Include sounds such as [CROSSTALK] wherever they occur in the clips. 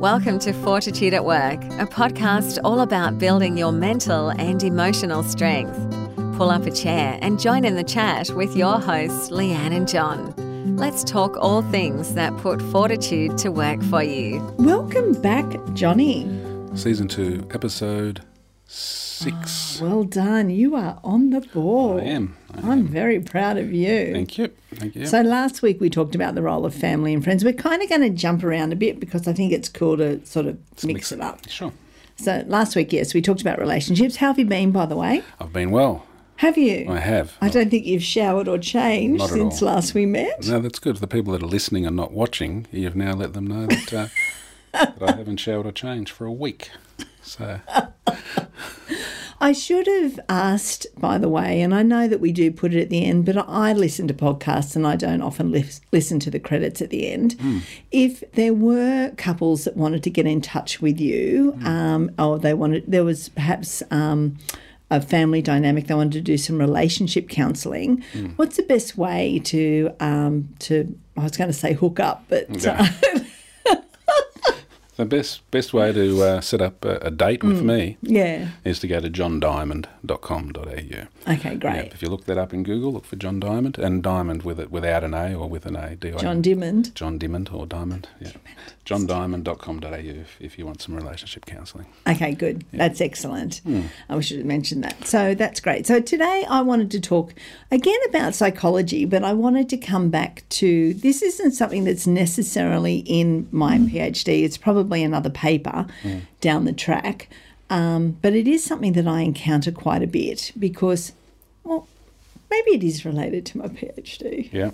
Welcome to Fortitude at Work, a podcast all about building your mental and emotional strength. Pull up a chair and join in the chat with your hosts, Leanne and John. Let's talk all things that put fortitude to work for you. Welcome back, Johnny. Season 2, episode 6. Well done. You are on the board. I am. I I'm very proud of you. Thank you. Thank you. So last week we talked about the role of family and friends. We're kind of going to jump around a bit because I think it's cool to sort of mix, it up. Sure. So last week, yes, we talked about relationships. How have you been, by the way? I've been well. Have you? I have. I don't think you've showered or changed Not at since all. last we met. No, that's good. For the people that are listening and not watching, you've now let them know [LAUGHS] that, uh, that I haven't showered or changed for a week. So, I should have asked, by the way, and I know that we do put it at the end, but I listen to podcasts and I don't often lis- listen to the credits at the end. If there were couples that wanted to get in touch with you, um, or they wanted, there was perhaps um, a family dynamic, they wanted to do some relationship counselling. What's the best way to um, to? I was going to say hook up, but uh, the best best way to uh, set up a, a date with Hmm. me [LAUGHS] yeah, is to go to johndiamond.com.au. okay, great. Yep, if you look that up in Google, look for John Diamond and Diamond with it without an A or with an A. D I John Dimmond. John Diamond or Diamond. Yeah. JohnDiamond.com.au if, if you want some relationship counselling. Okay, good. That's excellent. I should have mentioned that. So that's great. So today I wanted to talk again about psychology, but I wanted to come back to this isn't something that's necessarily in my PhD. It's probably another paper down the track. Um, but it is something that I encounter quite a bit because, well, maybe it is related to my PhD. Yeah.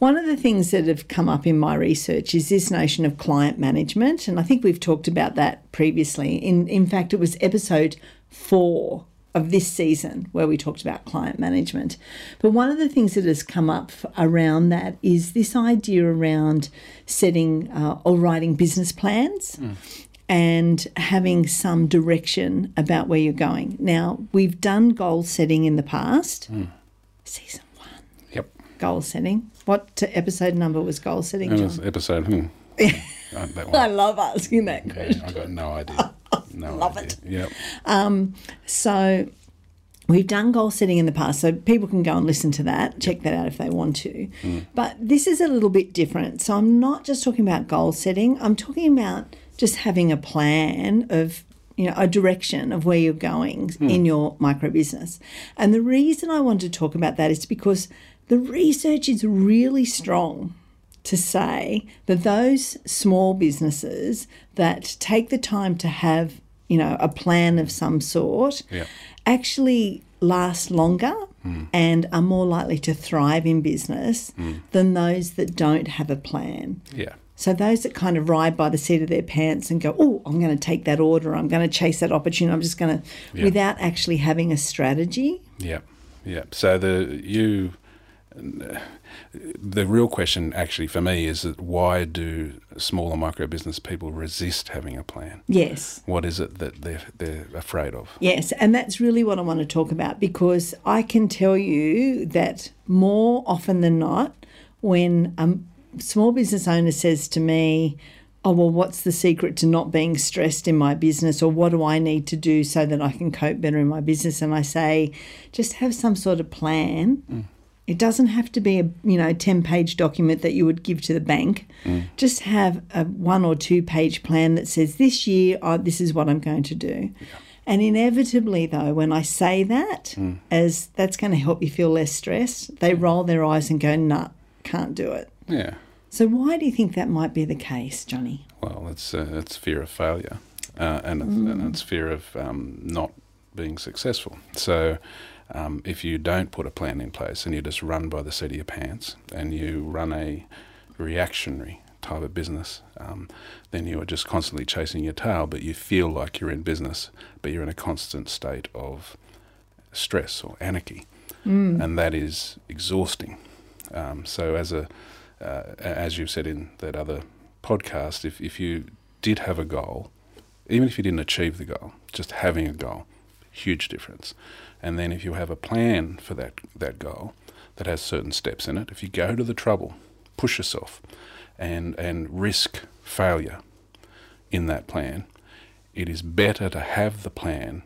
One of the things that have come up in my research is this notion of client management, and I think we've talked about that previously. In in fact, it was episode 4 of this season where we talked about client management. But one of the things that has come up f- around that is this idea around setting uh, or writing business plans and having some direction about where you're going. Now, we've done goal setting in the past. Season 1 Yep. goal setting. What t- episode number was goal setting? That John? was episode. Hmm. Uh, that I one. love asking that question. Yeah, I got no idea. No Love idea. it. Yep. So we've done goal setting in the past, so people can go and listen to that, check that out if they want to. But this is a little bit different. So I'm not just talking about goal setting, I'm talking about just having a plan of you know a direction of where you're going in your micro business. And the reason I want to talk about that is because the research is really strong to say that those small businesses that take the time to have you know a plan of some sort Yeah. actually last longer and are more likely to thrive in business than those that don't have a plan Yeah. so those that kind of ride by the seat of their pants and go, "Oh, I'm going to take that order. I'm going to chase that opportunity. I'm just going to," Yeah. without actually having a strategy. Yep. Yep. So the you the real question actually for me is that why do small and micro business people resist having a plan? Yes. What is it that they're they're afraid of? Yes, and that's really what I want to talk about because I can tell you that more often than not, when a small business owner says to me, Oh, well, what's the secret to not being stressed in my business? Or what do I need to do so that I can cope better in my business? And I say, just have some sort of plan. It doesn't have to be a you know ten page document that you would give to the bank. Just have a one or two page plan that says this year I, this is what I'm going to do. And inevitably, though, when I say that, as that's going to help you feel less stressed, they roll their eyes and go, "Nah, can't do it." Yeah. So why do you think that might be the case, Johnny? Well, it's uh, it's fear of failure, uh, and, it's, and it's fear of um, not being successful. So, um, if you don't put a plan in place and you just run by the seat of your pants and you run a reactionary type of business, um, then you are just constantly chasing your tail. But you feel like you're in business, but you're in a constant state of stress or anarchy, and that is exhausting. Um, so, as a uh, a- as you've said in that other podcast, if if you did have a goal, even if you didn't achieve the goal, just having a goal, huge difference. And then if you have a plan for that that goal that has certain steps in it, if you go to the trouble, push yourself, and and risk failure, in that plan. It is better to have the plan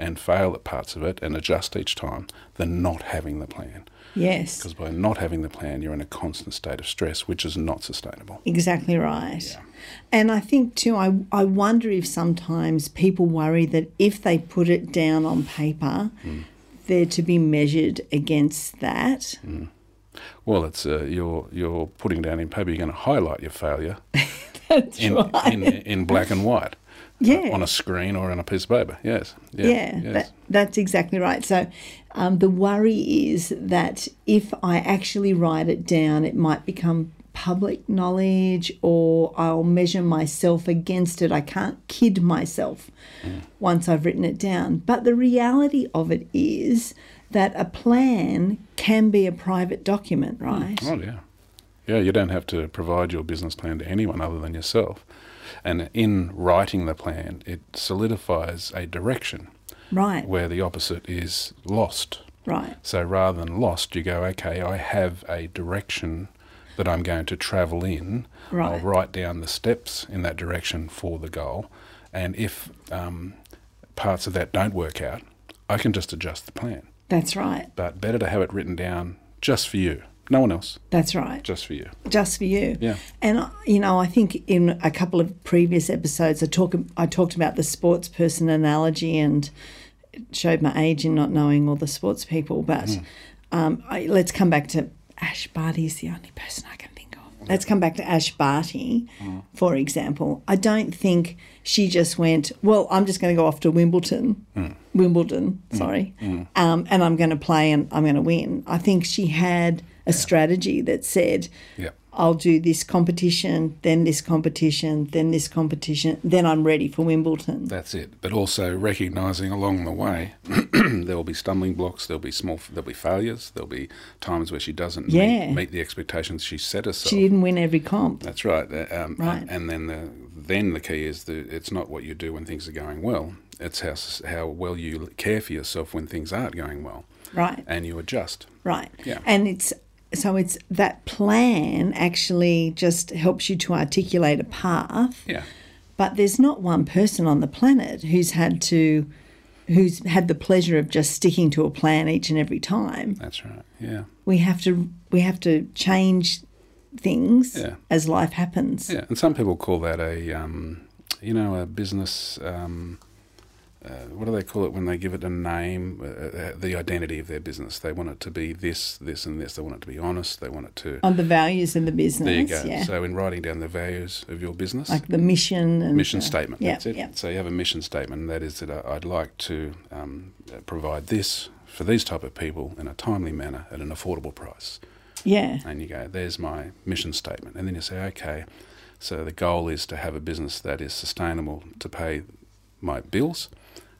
and fail at parts of it and adjust each time than not having the plan. Yes. Because by not having the plan, you're in a constant state of stress, which is not sustainable. Exactly right. And I think too, I, I wonder if sometimes people worry that if they put it down on paper, they're to be measured against that. [LAUGHS] Well, it's uh, you're you're putting down in paper. You're going to highlight your failure That's in, right. in in black and [LAUGHS] white, Uh, Yeah. on a screen or on a piece of paper. Yes, yeah, yeah, yes. that, that's exactly right. So um, the worry is that if I actually write it down, it might become public knowledge or I'll measure myself against it. I can't kid myself Mm. once I've written it down. But the reality of it is that a plan can be a private document, right? Oh yeah, yeah. You don't have to provide your business plan to anyone other than yourself. And in writing the plan, it solidifies a direction Right, where the opposite is lost. right. So rather than lost, you go, okay, I have a direction that I'm going to travel in. I'll Right. write down the steps in that direction for the goal. And if um, parts of that don't work out, I can just adjust the plan. That's right. But better to have it written down just for you, no one else, That's right. just for you. just for you. Yeah. And uh, you know, I think in a couple of previous episodes, I talk I talked about the sports person analogy and it showed my age in not knowing all the sports people. But um, I, let's come back to Ash Barty is the only person I can think of. Let's come back to Ash Barty, for example. I don't think she just went, well, I'm just going to go off to Wimbledon, Wimbledon, sorry, Um, and I'm going to play and I'm going to win. I think she had a strategy that said, Yeah. I'll do this competition, then this competition, then this competition, then I'm ready for Wimbledon. That's it. But also recognizing along the way, [CLEARS THROAT] there will be stumbling blocks, there'll be small, there'll be failures, there'll be times where she doesn't Yeah. meet, meet the expectations she set herself. She didn't win every comp. That's right. The- Um, Right. And then the then the key is that it's not what you do when things are going well. It's how s- how well you care for yourself when things aren't going well, Right, and you adjust. right. Yeah. And it's so it's that plan actually just helps you to articulate a path. Yeah. But there's not one person on the planet who's had to who's had the pleasure of just sticking to a plan each and every time. That's right. Yeah. We have to we have to change things Yeah. as life happens. Yeah. And some people call that a um, you know a business. Um, uh, what do they call it when they give it a name? Uh, Uh, the identity of their business. They want it to be this, this, and this. They want it to be honest. They want it to. On the values of the business. there you go. Yeah. So in writing down the values of your business, like the mission and mission the- statement. Yeah, that's it. yeah. So you have a mission statement, and that is that I- I'd like to um, uh, provide this for these type of people in a timely manner at an affordable price. Yeah. And you go, there's my mission statement, and then you say, okay, so the goal is to have a business that is sustainable to pay my bills,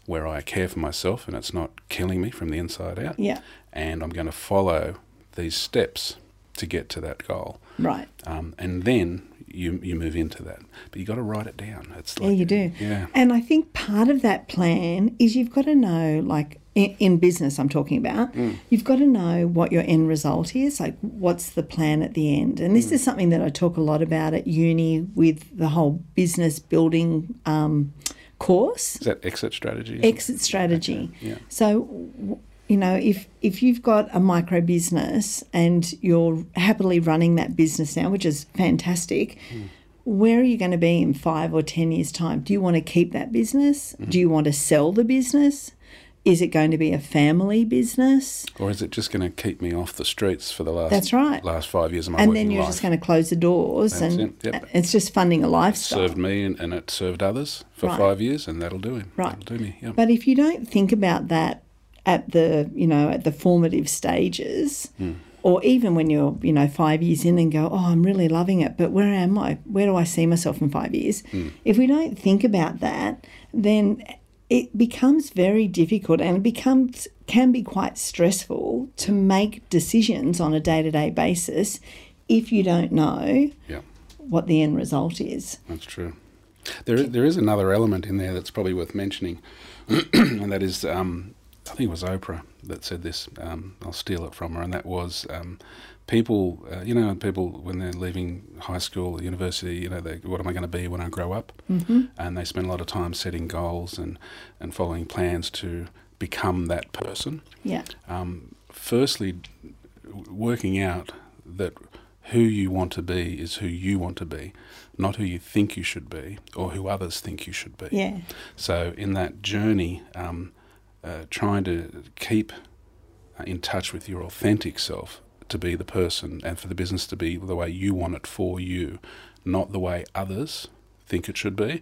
where I care for myself and it's not killing me from the inside out, Yeah. and I'm going to follow these steps to get to that goal Right. um, and then you you move into that. But you got to write it down. It's like Yeah, you do. Yeah, And I think part of that plan is you've got to know, like in, in business, I'm talking about, Mm. you've got to know what your end result is, like what's the plan at the end. And Mm. this is something that I talk a lot about at uni with the whole business building um, course is that exit strategy? exit strategy. yeah. So, w- you know, if if you've got a micro business and you're happily running that business now, which is fantastic, Hmm. where are you going to be in five or ten years' time? Do you want to keep that business? Mm-hmm. Do you want to sell the business? Is it going to be a family business? or is it just going to keep me off the streets for the last? That's right. Last five years of my And working then you're life. just going to close the doors, That's and it, yep. it's just funding a lifestyle. served me and, and it served others for Right. five years, and that'll do him. Right. that'll do me. Yeah. But if you don't think about that at the you know at the formative stages, or even when you're you know five years in and go, oh, I'm really loving it, but where am I? Where do I see myself in five years? If we don't think about that, then it becomes very difficult and it becomes can be quite stressful to make decisions on a day to day basis if you don't know yeah. what the end result is. That's true. There, there is another element in there that's probably worth mentioning, [CLEARS THROAT] and that is, um, I think it was Oprah that said this. Um, I'll steal it from her, and that was um, people, uh, you know, people when they're leaving high school or university, you know, they, what am I going to be when I grow up? Mm-hmm. And they spend a lot of time setting goals and, and following plans to become that person. Yeah. Um, firstly, w- working out that who you want to be is who you want to be, not who you think you should be or who others think you should be. Yeah. So, in that journey, um, uh, trying to keep uh, in touch with your authentic self to be the person and for the business to be the way you want it for you, not the way others think it should be,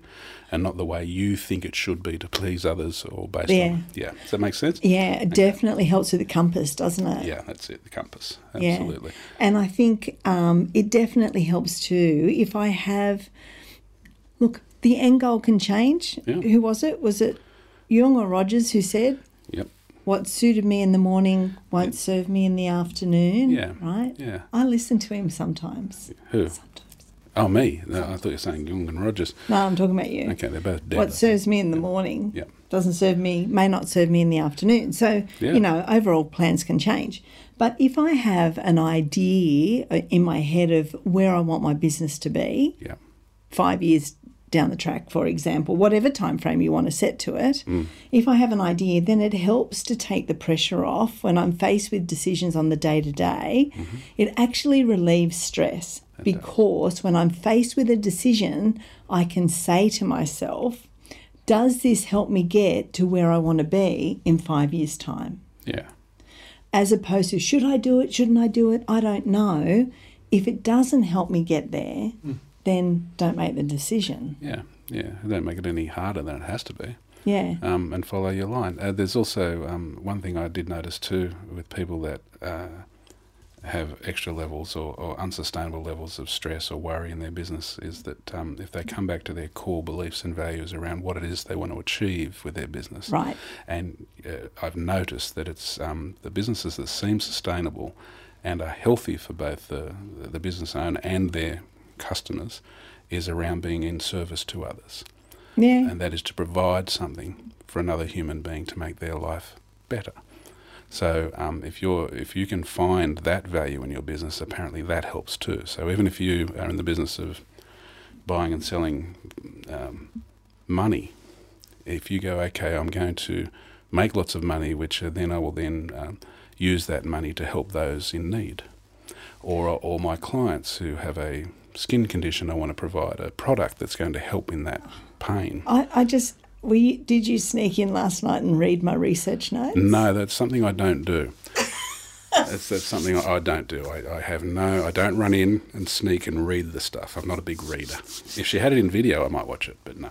and not the way you think it should be to please others or based Yeah. on. Yeah. Does that make sense? Yeah, it definitely helps with the compass, doesn't it? Yeah, that's it, the compass. Yeah. Absolutely. And I think um, it definitely helps too if I have. Look, the end goal can change. Yeah. Who was it? Was it Jung or Rogers who said, Yep. What suited me in the morning won't serve me in the afternoon? Yeah. Right? Yeah. I listen to him sometimes. Who? Sometimes. Oh, me. No, I thought you were saying Jung and Rogers. No, I'm talking about you. Okay, they're both dead. What serves me in the morning Yeah. doesn't serve me, may not serve me in the afternoon. So, Yeah. you know, overall plans can change. But if I have an idea uh, in my head of where I want my business to be Yeah. five years down the track, for example, whatever time frame you want to set to it, if I have an idea, then it helps to take the pressure off when I'm faced with decisions on the day to day. It actually relieves stress because when I'm faced with a decision, I can say to myself, does this help me get to where I want to be in five years' time? Yeah. as opposed to should I do it, shouldn't I do it, I don't know. If it doesn't help me get there, then don't make the decision. Yeah. Yeah. Don't make it any harder than it has to be. Yeah. um, and follow your line. Uh, there's also um, one thing I did notice too with people that uh, have extra levels or, or unsustainable levels of stress or worry in their business is that um, if they come back to their core beliefs and values around what it is they want to achieve with their business, Right. and uh, I've noticed that it's um, the businesses that seem sustainable and are healthy for both the, the business owner and their customers is around being in service to others Yeah. and that is to provide something for another human being to make their life better. So um, if you're if you can find that value in your business, apparently that helps too. So even if you are in the business of buying and selling um, money, if you go okay, I'm going to make lots of money, which uh, then I will then um, use that money to help those in need, or or my clients who have a skin condition, I want to provide a product that's going to help in that pain. I, I just, were you, did you sneak in last night and read my research notes? No, that's something I don't do. that's, that's something I, I don't do. I, I have no. I don't run in and sneak and read the stuff. I'm not a big reader. If she had it in video, I might watch it, [LAUGHS] but no.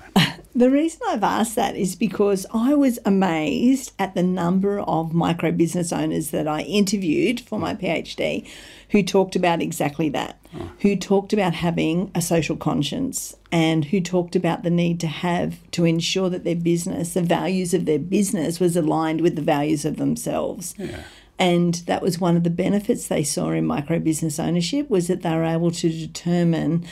The reason I've asked that is because I was amazed at the number of micro business owners that I interviewed for my PhD who talked about exactly that, who talked about having a social conscience and who talked about the need to have to ensure that their business, the values of their business, was aligned with the values of themselves. Yeah. And that was one of the benefits they saw in micro business ownership was that they were able to determine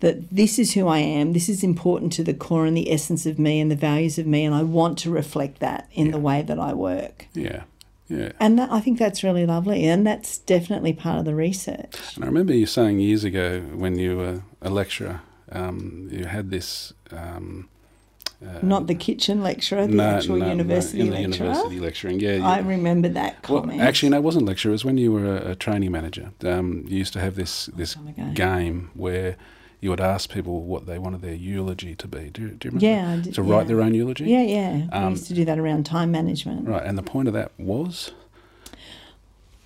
that this is who I am, this is important to the core and the essence of me and the values of me, and I want to reflect that in the way that I work. Yeah. Yeah. And that, I think that's really lovely, and that's definitely part of the research. And I remember you saying years ago when you were a lecturer, um, you had this. Um, uh, Not the kitchen lecturer, the no, actual no, no, university in the lecturer. university lecturing. Yeah. I yeah. remember that Well, comment. actually, no, it wasn't lecture. It was when you were a, a training manager. Um, you used to have this this time ago. game where you would ask people what they wanted their eulogy to be. Do, you- do you remember? yeah, I did, To write yeah. their own eulogy. Yeah, yeah. I Um, used to do that around time management. Right, and the point of that was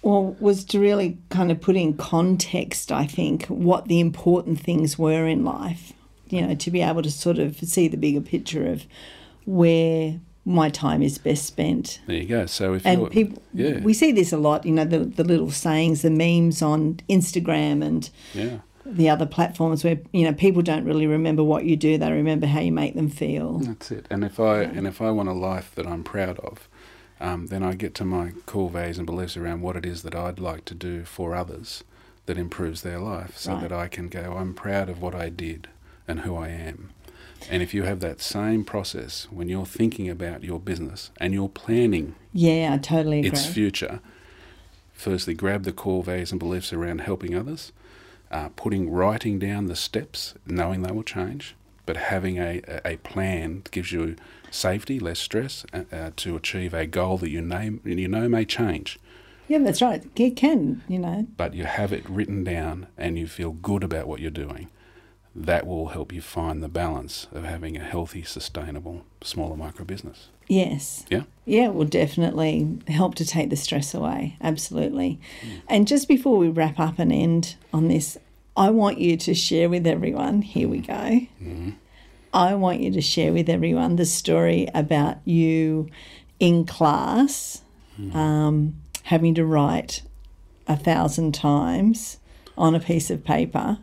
Well, was to really kind of put in context, I think, what the important things were in life. You know, to be able to sort of see the bigger picture of where my time is best spent. there you go. So if And you're, people, yeah. we see this a lot, you know, the, the little sayings, the memes on Instagram and yeah, the other platforms where, you know, people don't really remember what you do, they remember how you make them feel. that's it. And if I and if I want a life that I'm proud of, um, then I get to my core values and beliefs around what it is that I'd like to do for others that improves their life, so Right. that I can go, I'm proud of what I did and who I am. And if you have that same process when you're thinking about your business and you're planning Yeah, I totally agree. its future, firstly, grab the core values and beliefs around helping others, uh, putting writing down the steps, knowing they will change, but having a, a a plan gives you safety, less stress uh, uh, to achieve a goal that you name you know may change, Yeah, that's right. You can, you know. but you have it written down and you feel good about what you're doing. That will help you find the balance of having a healthy, sustainable, smaller micro business. Yes. Yeah. Yeah, will definitely help to take the stress away. Absolutely. Mm. And just before we wrap up and end on this, I want you to share with everyone. Here we go. Mm-hmm. I want you to share with everyone the story about you in class Mm-hmm. um, having to write a thousand times on a piece of paper.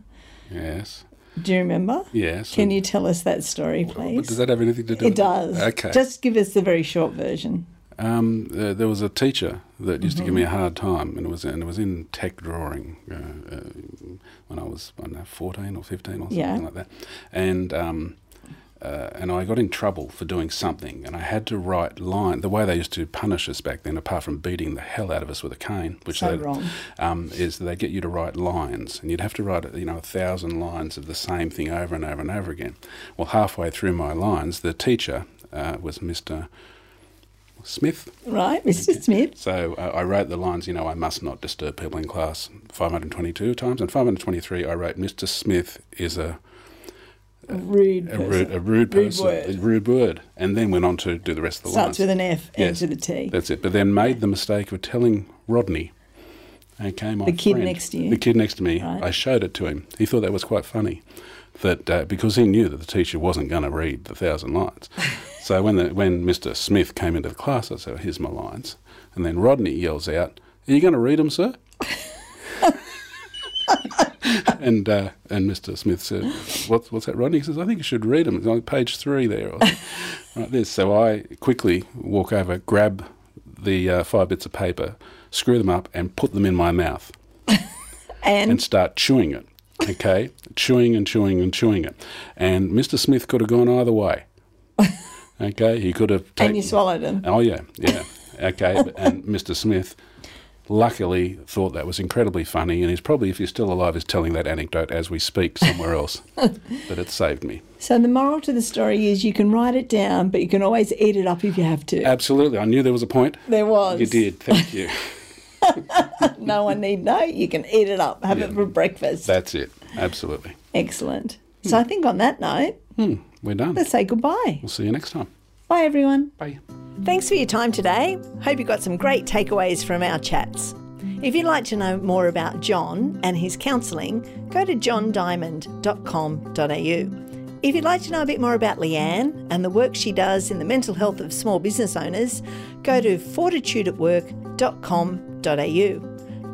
Yes. Do you remember? Yes. Can you tell us that story, But does please? that have anything to do? It with does. Okay. Just give us the very short version. Um, there, there was a teacher that used to give me Mm-hmm. a hard time, and it was and it was in tech drawing uh, uh, when I was I don't know, fourteen or fifteen or something Yeah. like that, and um, uh, and I got in trouble for doing something, and I had to write line the way they used to punish us back then, apart from beating the hell out of us with a cane, which So they, wrong. um, is that they get you to write lines, and you'd have to write you know a thousand lines of the same thing over and over and over again. Well, halfway through my lines, the teacher uh, was Mister. Smith, Right, Mr. Smith? so uh, I wrote the lines, you know, I must not disturb people in class 522 times. And 523, I wrote, Mr. Smith is a, Rude. a, person. rude, a rude person, word. a rude word. And then went on to do the rest of the Starts lines. with an F, Yes. end with a T. That's it. But then made the mistake of telling Rodney. Okay, my The kid friend- next to you. The kid next to me. Right. I showed it to him. He thought that was quite funny, that uh, because he knew that the teacher wasn't going to read the thousand lines. so when the, when Mr. Smith came into the class, I said, "Here's my lines," and then Rodney yells out, "Are you going to read them, sir?" and uh, and Mr. Smith said, "What's what's that, Rodney?" He says, "I think you should read them. It's on page three there, or right this." So I quickly walk over, grab the uh, five bits of paper, screw them up, and put them in my mouth And, and start chewing it. Okay, chewing and chewing and chewing it. And Mr. Smith could have gone either way. Okay, he could have. and taken- you swallowed them. Oh yeah, yeah. Okay, but- and Mr. Smith, luckily, thought that was incredibly funny, and he's probably, if he's still alive, is telling that anecdote as we speak somewhere [LAUGHS] else. but it saved me. So the moral to the story is you can write it down, but you can always eat it up if you have to. Absolutely, I knew there was a point. there was. You did. Thank you. No one need know. You can eat it up. Have it for breakfast. That's it. Absolutely. Excellent. So I think on that note, Hmm. We're done. let's say goodbye. We'll see you next time. Bye, everyone. Bye. Thanks for your time today. Hope you got some great takeaways from our chats. If you'd like to know more about John and his counselling, go to johndiamond.com.au. If you'd like to know a bit more about Leanne and the work she does in the mental health of small business owners, go to fortitudeatwork.com.au.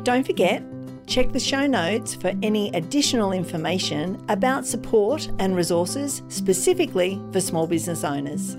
Don't forget, check the show notes for any additional information about support and resources specifically for small business owners.